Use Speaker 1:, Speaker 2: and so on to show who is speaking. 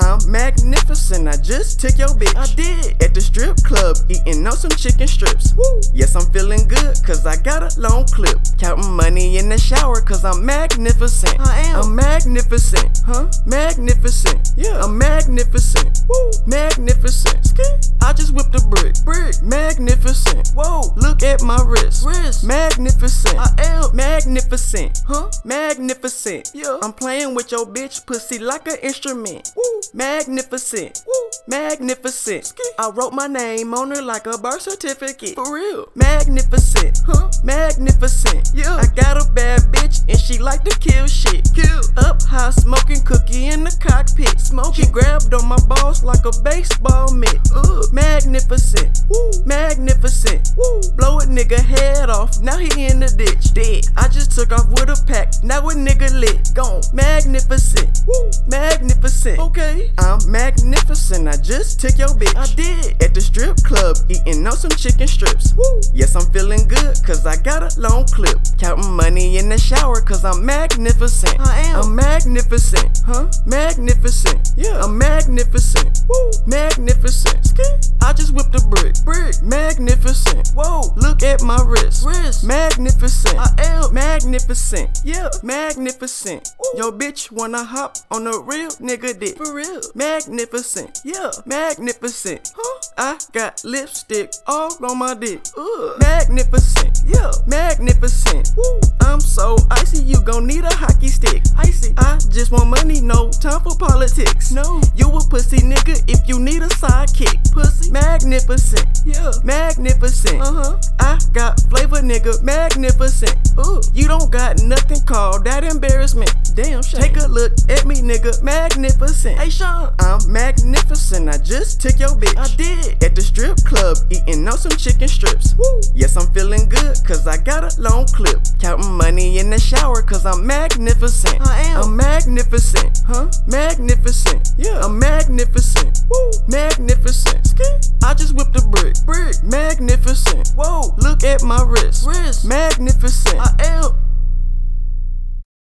Speaker 1: I'm magnificent. I just took your bitch. I did. At the strip club, eating on some chicken strips. Woo. Yes, I'm feeling good, cause I got a long clip. Counting money in the shower, cause I'm magnificent. I am. I'm magnificent. Huh? Magnificent. Yeah. I'm magnificent. Woo. Magnificent. Ski. I just whipped a brick. Brick. Magnificent. Whoa. Look at my wrist. Wrist. Magnificent. I am. Magnificent. Huh? Magnificent. Yeah. I'm playing with your bitch pussy like an instrument. Woo. Magnificent. Woo. Magnificent. I wrote my name on her like a birth certificate. For real. Magnificent. Huh? Magnificent. Yeah. I got a bad bitch and she like to kill shit. Kill. Up high smoking cookie in the cockpit. Smoke. She grabbed on my balls like a baseball mitt. Ugh. Magnificent. Woo. Magnificent. Woo. Blow a nigga head off. Now he in the ditch. Dead. I just took off with a pack. Now a nigga lit. Gone. Magnificent. Woo. Magnificent. Okay. I'm magnificent. I just took your bitch. I did. At the strip club, eating on some chicken strips. Woo. Yes, I'm feeling good, cause I got a long clip. Counting money in the shower, cause I'm magnificent. I am. I'm magnificent. Huh? Magnificent. Yeah. I'm magnificent. Woo. Magnificent. Ski. I just whipped a brick. Brick. Magnificent. Whoa. Look at my wrist. Wrist. Magnificent. I am. Magnificent. Yeah. Magnificent. Yo bitch wanna hop on a real nigga dick. For real. Magnificent. Yeah. Magnificent. Huh? I got lipstick all on my dick. Ugh. Magnificent. Yeah. Magnificent. Woo. I'm so icy, you gon' need a hockey stick. Icy. I just want money, no time for politics. No. You a pussy nigga if you need a sidekick. Pussy. Magnificent. Yeah. Magnificent. Uh-huh. I got flavor, nigga. Magnificent. Ooh. You don't got nothing called that embarrassment. Damn shame. Take a look at me, nigga. Magnificent. Hey Sean. I'm magnificent. I just took your bitch. I did. At the strip club, eating on some chicken strips. Woo. Yes, I'm feeling good, cause I got a long clip. Counting money in the shower, cause I'm magnificent. I am. I'm magnificent. Huh? Magnificent. Yeah. I'm magnificent. Woo. Magnificent. Ski. I just whipped a brick. Brick. Magnificent. Whoa. Look at my wrist. Wrist. Magnificent.